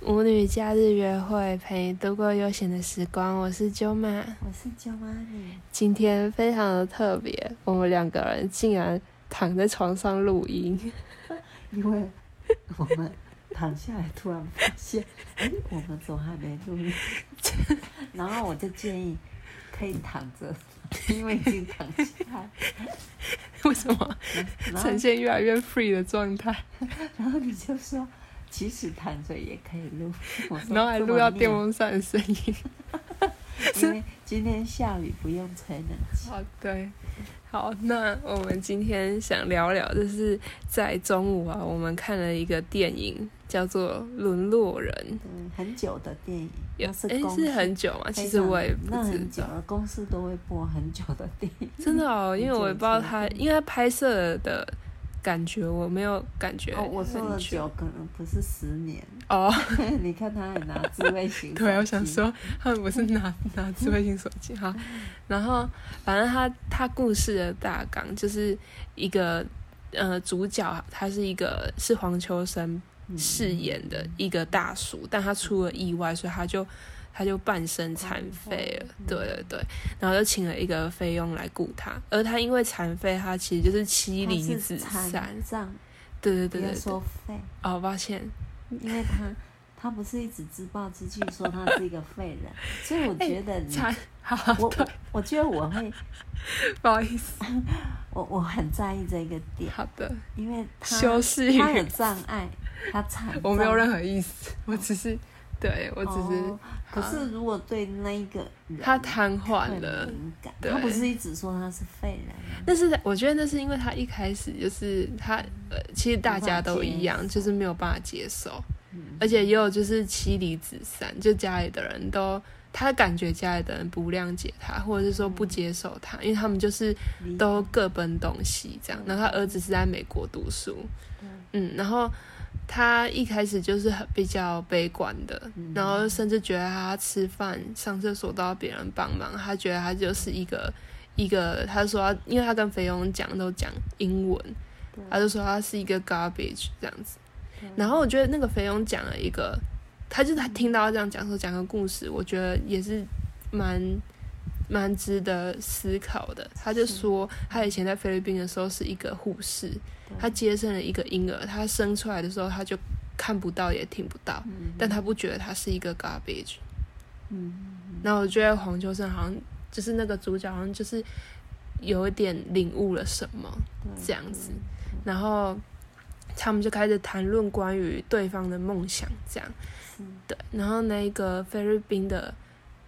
舞女假日约会，陪你度过悠闲的时光。我是舅妈，我是舅妈你。今天非常的特别，我们两个人竟然躺在床上录音。 因为我们躺下来，突然发现，哎，我们怎么还没录音？ 然后我就建议可以躺着，因为已经躺下来。为什么 然后呈，现越来越 free 的状啊态？然后你就说，其实躺着也可以录。我说然后还录到电，这么风扇的声音。厉害因为今天下雨，不用吹冷气。哦，对。好，那我们今天想聊聊，就是在中午啊，我们看了一个电影，叫做《沦落人》。嗯，很久的电影，有那是诶公是司很久吗？非其实我常也不那知很久道，了，公司都会播很久的电影。真的哦，因为我也不知道他，很久因为他拍摄的感觉我没有感觉哦，我说很的久可能嗯不是十年， 哦，你看他还拿智 慧型对，手我想机，说他们不是 拿拿智慧型手机哈，然后反正他他故事的大纲就是一个呃主角，他是一个是黄秋生嗯饰演的一个大叔，但他出了意外，所以他就他就半哦身残废了。嗯对对对，然后就请了一个菲佣来雇他，而他因为残废，他其实就是妻他离是子残散。障，对对不对要对对说，废，哦，抱歉，因为他他不是一直自暴自弃说他是一个废人，所以我哎觉得你，残 好，嗯我对我，我觉得我会，不好意思，我我很在意这个点，好的，因为他修饰他有语，障碍，他残障， 我没有任何意思， 我只是，对我只是嗯哦，可是如果对那一个人，他瘫痪会了。敏感，对哎他不是一直说他是废人吗？但是我觉得那是因为他一开始就是他，呃，其实大家都一无法样，接受就是没有办法接受，嗯而且也有就是妻离子散，就家里的人都他感觉家里的人不谅解他，或者是说不接受他，因为他们就是离都各奔东西这样。然后他儿子是在美国读书，嗯，然后他一开始就是很比较悲观的，嗯然后甚至觉得他吃饭、上厕所都要别人帮忙，他觉得他就是一个一个，他说他，因为他跟菲佣讲都讲英文，对他就说他是一个 garbage 这样子对。然后我觉得那个菲佣讲了一个，他就是他听到他这样讲说讲个故事，我觉得也是蛮蛮值得思考的。他就是说他以前在菲律宾的时候是一个护士，对他接生了一个婴儿，他生出来的时候他就看不到也听不到，嗯但他不觉得他是一个 garbage。嗯然后我觉得黄秋生好像就是那个主角，好像就是有一点领悟了什么，对这样子然后他们就开始谈论关于对方的梦想，这样是对。然后那个菲律宾的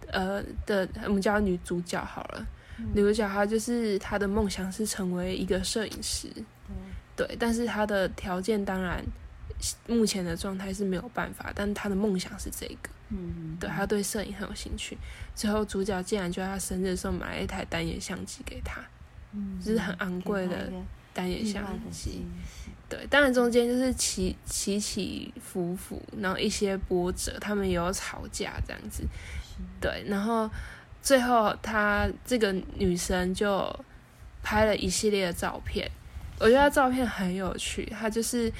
呃的，我们叫她女主角好了，女主角她就是她的梦想是成为一个摄影师，对，但是他的条件当然目前的状态是没有办法，但他的梦想是这个，嗯对他对摄影很有兴趣。最后主角竟然就在他生日的时候买了一台单眼相机给他，嗯就是很昂贵给他的一个单眼意外相的机。惊喜对，当然中间就是起起起伏伏，然后一些波折，他们也有吵架这样子。对，然后最后她这个女生就拍了一系列的照片，我觉得她照片很有趣，她就是。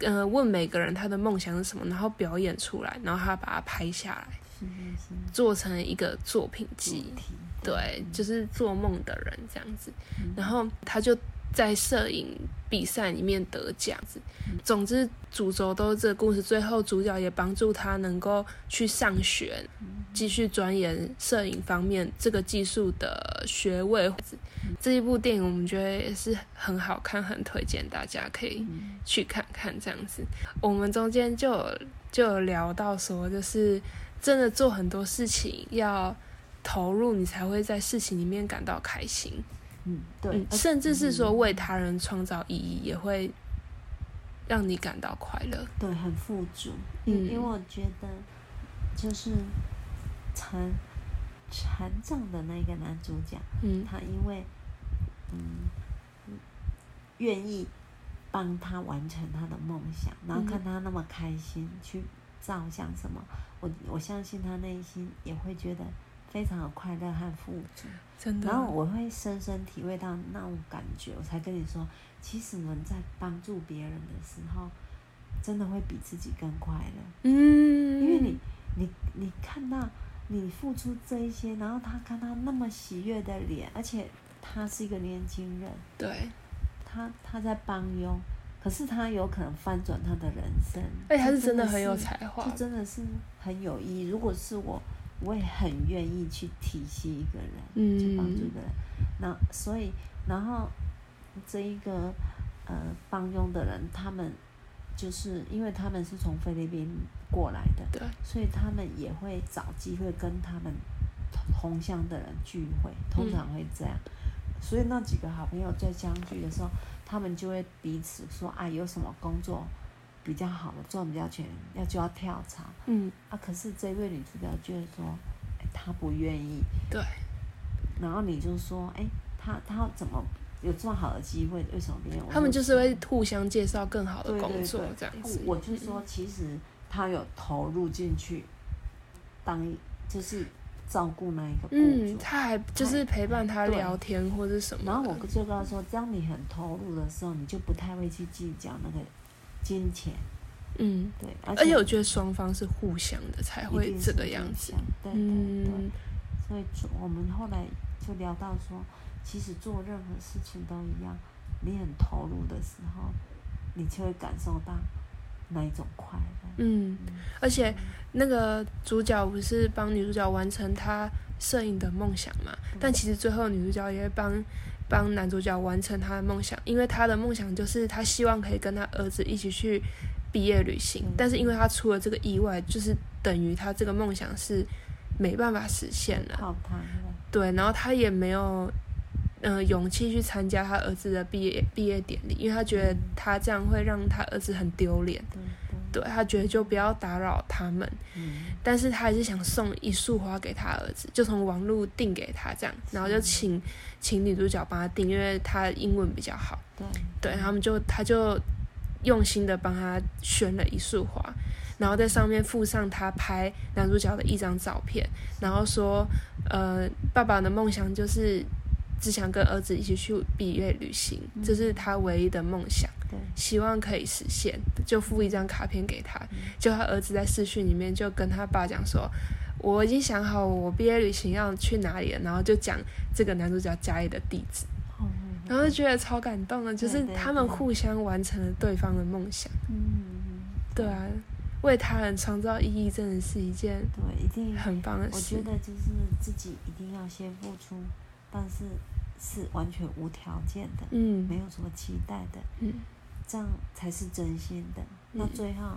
嗯、问每个人他的梦想是什么，然后表演出来，然后她把它拍下来，是是是做成一个作品主集。题对，就是做梦的人这样子嗯。然后他就在摄影比赛里面得奖子。总之，主轴都是这个故事。最后，主角也帮助他能够去上学，继续钻研摄影方面这个技术的学位。这一部电影我们觉得也是很好看，很推荐大家可以嗯去看看这样子。我们中间就有就有聊到说，就是真的做很多事情要投入，你才会在事情里面感到开心。嗯对嗯嗯，，甚至是说为他人创造意义，也会让你感到快乐。对，很富足。嗯因因为我觉得，就是残残障的那个男主角，嗯他因为嗯嗯愿意帮他完成他的梦想，然后嗯看他那么开心去照相什么，我我相信他内心也会觉得非常的快乐和富足。真的啊然。后我会深深体会到那种感觉，我才跟你说，其实我们在帮助别人的时候，真的会比自己更快乐，嗯，看到你付出这一些，然后他看到那么喜悦的脸，而且他是一个年轻人，对，他他在帮佣，可是他有可能翻转他的人生。而且哎他这是真的很有是才华这，真的是很有意义。如果是我，我也很愿意去体恤一个人，去帮助嗯一，个人。那所以，然后这一个呃帮佣的人，他们就是因为他们是从菲律宾过来的，对，所以他们也会找机会跟他们同乡的人聚会，通常会这嗯样。所以那几个好朋友在相聚的时候，他们就会彼此说：“啊，有什么工作比较好的，赚比较钱，要就要跳槽。”嗯，啊，可是这位女主角就会说，哎她不愿意。对。然后你就说，哎，她她怎么有这么好的机会？为什么别人？我他们就是说会互相介绍更好的对工对作对这样子。嗯我就说，其实她有投入进去，当就是照顾那一个雇嗯，主。他还就是陪伴他对聊天或者什么的。然后我就跟她说，当你很投入的时候，你就不太会去计较那个金钱，嗯，对，而且我觉得双方是互相的，才一会定这是个样样子。。对对对。嗯，所以做我们后来就聊到说，其实做任何事情都一样，你很投入的时候，你就会感受到那一种快乐。嗯，而且那个主角不是帮女主角完成她摄影的梦想嘛？但其实最后女主角也会帮帮男主角完成他的梦想，因为他的梦想就是他希望可以跟他儿子一起去毕业旅行嗯，但是因为他出了这个意外，就是等于他这个梦想是没办法实现了。泡汤了，对，然后他也没有，呃，勇气去参加他儿子的毕业毕业典礼，因为他觉得他这样会让他儿子很丢脸，对对，对他觉得就不要打扰他们，嗯，但是他还是想送一束花给他儿子，就从网络订给他这样，然后就请请女主角帮他订，因为他英文比较好，对，对，然后他们就他就用心的帮他选了一束花，然后在上面附上他拍男主角的一张照片，然后说，呃，爸爸的梦想就是只想跟儿子一起去毕业旅行，这是他唯一的梦想，对，希望可以实现，就附一张卡片给他。嗯就他儿子在视讯里面就跟他爸讲说。我已经想好我毕业旅行要去哪里了，然后就讲这个男主角家里的地址，哦，然后就觉得超感动的，就是对对他们对互相完成了对方的梦想。嗯，对啊，为他人创造意义真的是一件对，一定，很棒的我事觉。得就是自己一定要先付出，但是是完全无条件的，没嗯有什么期待的，嗯，这样才是真心的。那嗯最后，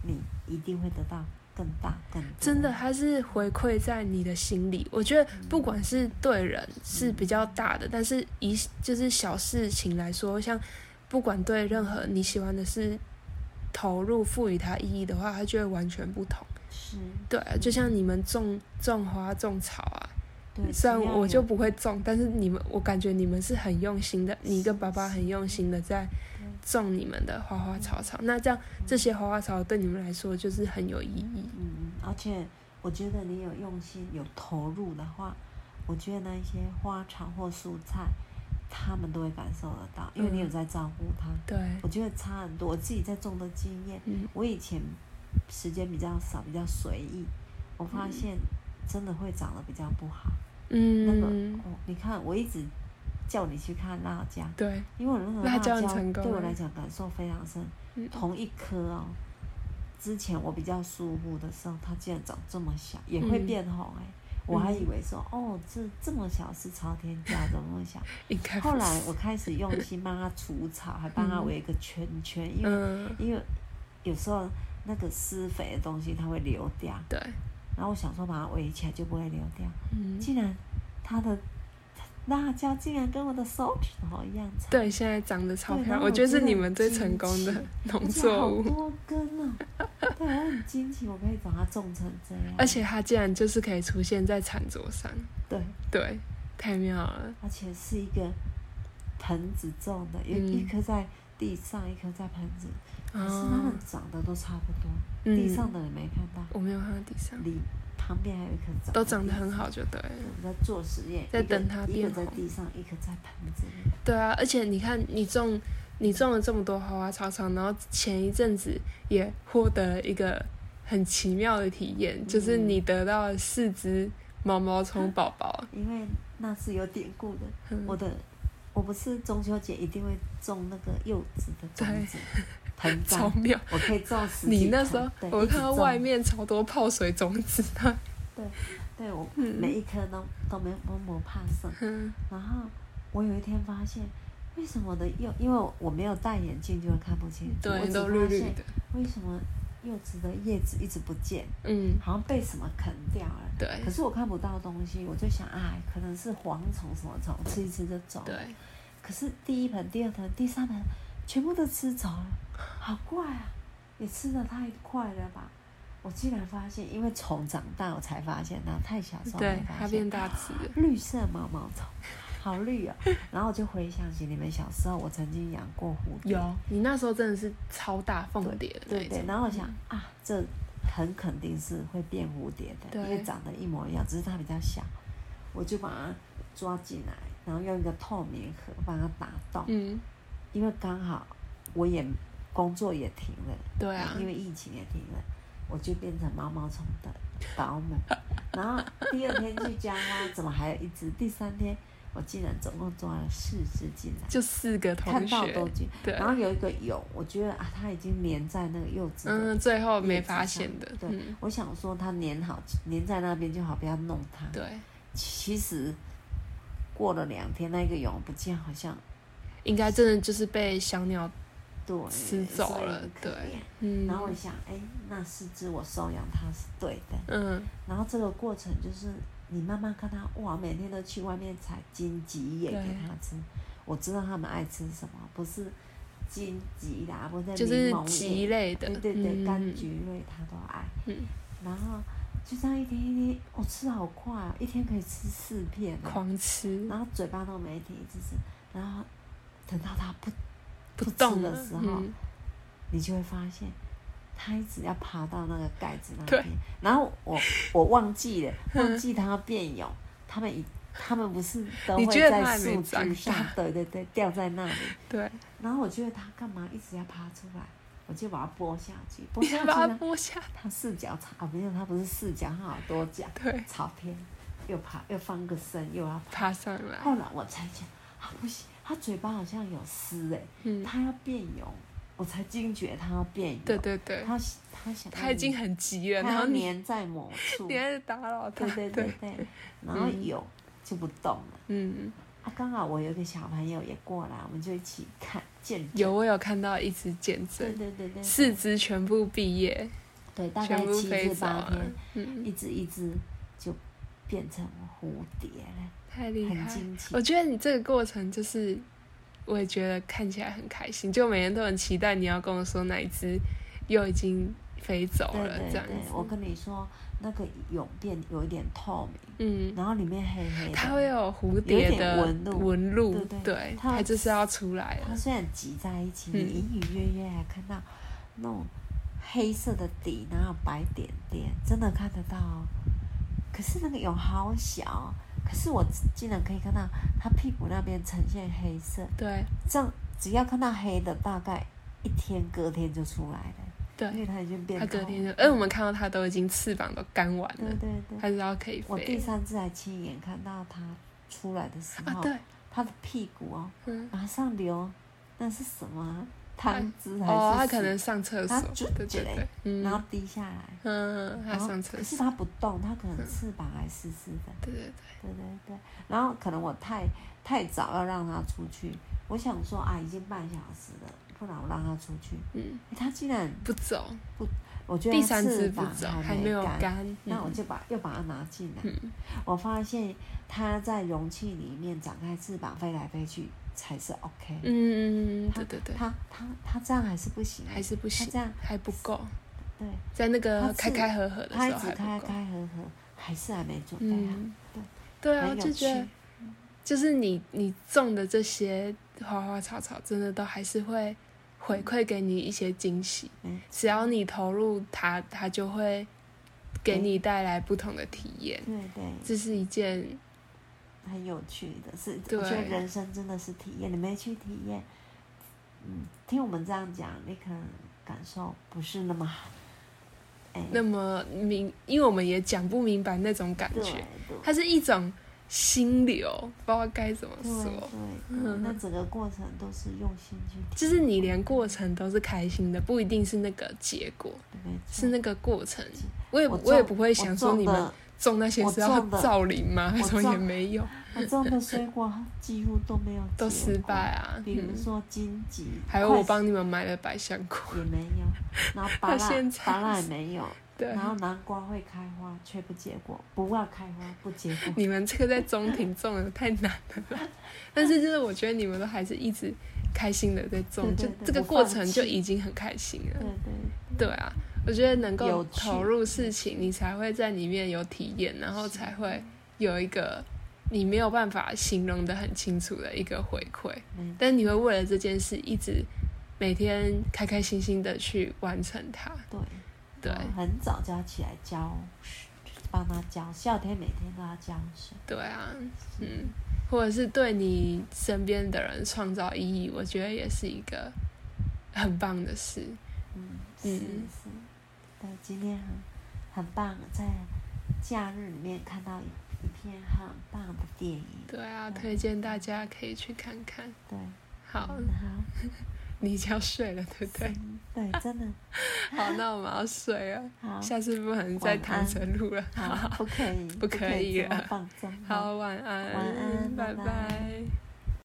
你一定会得到更大更多。真的，，它是回馈在你的心里。我觉得嗯不管是对人是比较大的，但是以就是小事情来说，像不管对任何你喜欢的事投入赋予它意义的话，它就会完全不同。是，对啊，就像你们种种花种草啊，对。虽然只要我就有不会种，但是你们，我感觉你们是很用心的，你跟爸爸很用心的在种你们的花花草草。那这样这些花花草草对你们来说就是很有意义。嗯，而且我觉得你有用心、有投入的话，我觉得那一些花草或蔬菜，他们都会感受得到，因为你有嗯在照顾他。对，我觉得差很多，我自己在种的经验，嗯我以前时间比较少，比较随意，我嗯发现真的会长得比较不好。那个嗯，哦，你看，我一直叫你去看辣椒，对，因为我那个辣辣椒椒很成功对我啊来讲感受非常深，嗯同一颗哦。之前我比较疏忽的时候，它竟然长这么小，也会嗯变红哎、我还嗯以为说，哦，这这么小是朝天椒，怎么那么小？应该不啊后来是我开始用心帮它除草，还帮它嗯围一个圈圈，因 为、嗯，因为有时候那个施肥的东西它会流掉，对，然后我想说把它围起来就不会流掉，嗯，竟然它的辣椒竟然跟我的手指头一样长。对，现在长得超对漂亮，然后我觉得我是真的你们最很成功的惊农而且作好物。多根哦，对，我很惊奇，我可以把它种成这样。而且它竟然就是可以出现在餐桌上，对，对，太妙了。而且是一个盆子种的，有一嗯颗在地上，一颗在盆子，可是它哦们长得都差不多，嗯，地上的你没看到，我没有看到地上，里旁边还有一颗长都长得地很好，就对了。我们在做实验，在一个等它一个变在红地上，一个在盆子里。对啊，而且你看，你种你种了这么多花花草草，然后前一阵子也获得了一个很奇妙的体验，就是嗯你得到了四只毛毛虫宝宝。因为那是有典故的。嗯我的，我不是中秋节一定会种那个柚子的种子，盆超 栽，妙！我可以种十几你那盆时候对我一直看到种外面超多泡水种子 的，对我每一颗都都没都没怕生。嗯然后我有一天发现，为什么我的柚，因为我没有戴眼镜就会看不清，我对，只都绿发绿现的，为什么柚子的叶子一直不见，嗯，好像被什么啃掉了。对可是我看不到东西，我就想，哎，可能是蝗虫什么虫，吃一吃就走了。对，可是第一盆、第二盆、第三盆全部都吃走了，好怪啊！也吃的太快了吧？我竟然发现，因为虫长大我才发现的，太小时候对没，发它现变。大只了，绿色毛毛虫，好 绿啊！然后我就回想起你们小时候，我曾经养过蝴蝶。有你那时候真的是超大凤蝶的对那对，种，然后我想啊，这很肯定是会变蝴蝶的，对因为长得一模一样，只是它比较小，我就把它抓进来，然后用一个透明盒把它打洞，嗯，因为刚好我也工作也停了，对啊，因为疫情也停了，我就变成毛毛虫的 保姆。然后第二天去加花，怎么还有一只？第三天我竟然总共抓了四只进来，就四个同看到都学，进。对然，后有一个蛹，我觉得啊，它已经粘在那个柚子的嗯，最后没叶子发上现的，对嗯，我想说它粘好，粘在那边就好，不要弄它。对，其实过了两天，那个蛹不见，好像应该真的就是被小鸟，对吃走所以了很可对怜嗯然后我想，哎、那四只我收养它是对的。嗯，然后这个过程就是你慢慢看它，哇，每天都去外面采荆棘叶对给它吃。我知道它们爱吃什么，不是荆棘啦，不是柠就是檬棘叶，类的对，对对，嗯柑橘类它都爱。嗯，然后就这样一天一天，我、吃好快啊，一天可以吃四片啊、狂吃然后嘴巴都没停，一直吃。然后等到它不，不不吃动的了时候嗯你就会发现它一直要爬到那个盖子那对边。然后我我忘记 了，忘记它要变蛹，它们一。它们不是都你会觉得它在还没树长枝上大，对对对，掉在那里。对，然后我觉得它干嘛一直要爬出来，我就把它剥下去，剥 你下还去把它呢，剥下，它四脚草啊，没有，它不是四脚，它好多脚。对，草片，又爬又翻个身，又要爬。爬上来，后来我才想，啊不行，它嘴巴好像有丝哎、嗯，它要变蛹，我才惊觉它要变蛹。对对对，它它想要它已经很急了，它然后要你粘在某 处，你还是打扰它对，对对对，然后嗯蛹就不动了。 嗯，啊，刚好我有一个小朋友也过来，我们就一起看见证。有我有看到一只见对证，对对对，四只全部毕业，对，大概全部七飞至走八了天，，嗯，一只一只就变成蝴蝶了，太厉很害。哦惊奇我。觉得你这个过程就是，我也觉得看起来很开心，就每天都很期待你要跟我说哪一只又已经飞走对了对这样对，我子，跟你说，那个蛹变有一点透明，嗯，然后里面黑黑的。它会有蝴蝶的有一点纹路纹路对对对，它它就是要出来它了，虽然挤在一起，嗯你隐隐约约还看到那种黑色的底，然后白点点，真的看得到哦。可是那个蛹好小哦，可是我竟然可以看到它屁股那边呈现黑色，对这样只要看到黑的，大概一天隔天就出来了，因嗯对，为它已经变它透隔天明就了，哎，我们看到它都已经翅膀都干完对了，对对。它知道可以嗯我飞第了三次还亲眼看到它出来的时啊，候，对，它的屁股哦，嗯，马上流，那是什么啊汤汁还是哦，它屎可能上厕所它，啾对对啾嘞对，然后嗯滴下来，嗯，它然后上厕可是所，它不动，它可能翅膀还湿湿的，对对对对对。然后可能我太太早要让它出去，我想说啊，已经半小时了，不然我让它出去。对，嗯，诶它竟然，不走，我觉得第它三只翅不膀走，还没有干，干，那我嗯就把又把它拿进来，嗯我发现它在容器里面展开翅膀飞来飞去才是 OK。嗯，嗯嗯对对对，它它它这样还是不行，啊还是不它行，这样还不够，对，在那个它开是开合合的它时一候直还开不够，开合合，还是还没准备好，嗯对，对啊，很就有觉得趣。就是你你种的这些花花草草，真的都还是会回馈给你一些惊喜。嗯只要你投入它，它就会给嗯你带来不同的体验。对对，这是一件很有趣的是，对我觉得人生真的是体验，你没去体验，嗯，听我们这样讲，你可能感受不是那么好。哎那么明，因为我们也讲不明白那种感对觉，对它是一种心流，不知道该怎么对说。对对，那整个过程都是用心去体验，就是你连过程都是开心的，不一定是那个结果，没错是那个过程。我嗯我也种我也不会想说你我们种的种那些是要我种的造林吗？我什么也种没有，我种的水果几乎都没有都结果失败，啊。哦比如嗯说荆棘，还有快我帮你们买的百香果，也没有，然后 芭到现乐在芭乐也没有，对然，后南瓜会开花却不结果，不要开花不结果，你们这个在中庭种的太难了啦。但是就是我觉得你们都还是一直开心的在种，对就对对这个我过放程就弃已经很开心对了。对，对啊，我觉得能够有趣投入事情，你才会在里面有体验，然后才会有一个你没有办法形容的很清楚的一个回馈。没但你会为了这件事一直每天开开心心的去完成它。对对然后很早就要起来浇，帮它浇，夏天每天都要浇水，对啊，嗯，或者是对你身边的人创造意义，我觉得也是一个很棒的事。嗯，是嗯是，对，今天很很棒，在假日里面看到一一篇很棒的电影，对啊，推荐大家可以去看看。对，好，嗯好。你就要睡了，对不对？ 嗯对，真的好，那我们要睡了， 好，下次不能再躺着录了。好，不可以， 不可以啊这么了放纵，好，晚安，晚安拜拜拜拜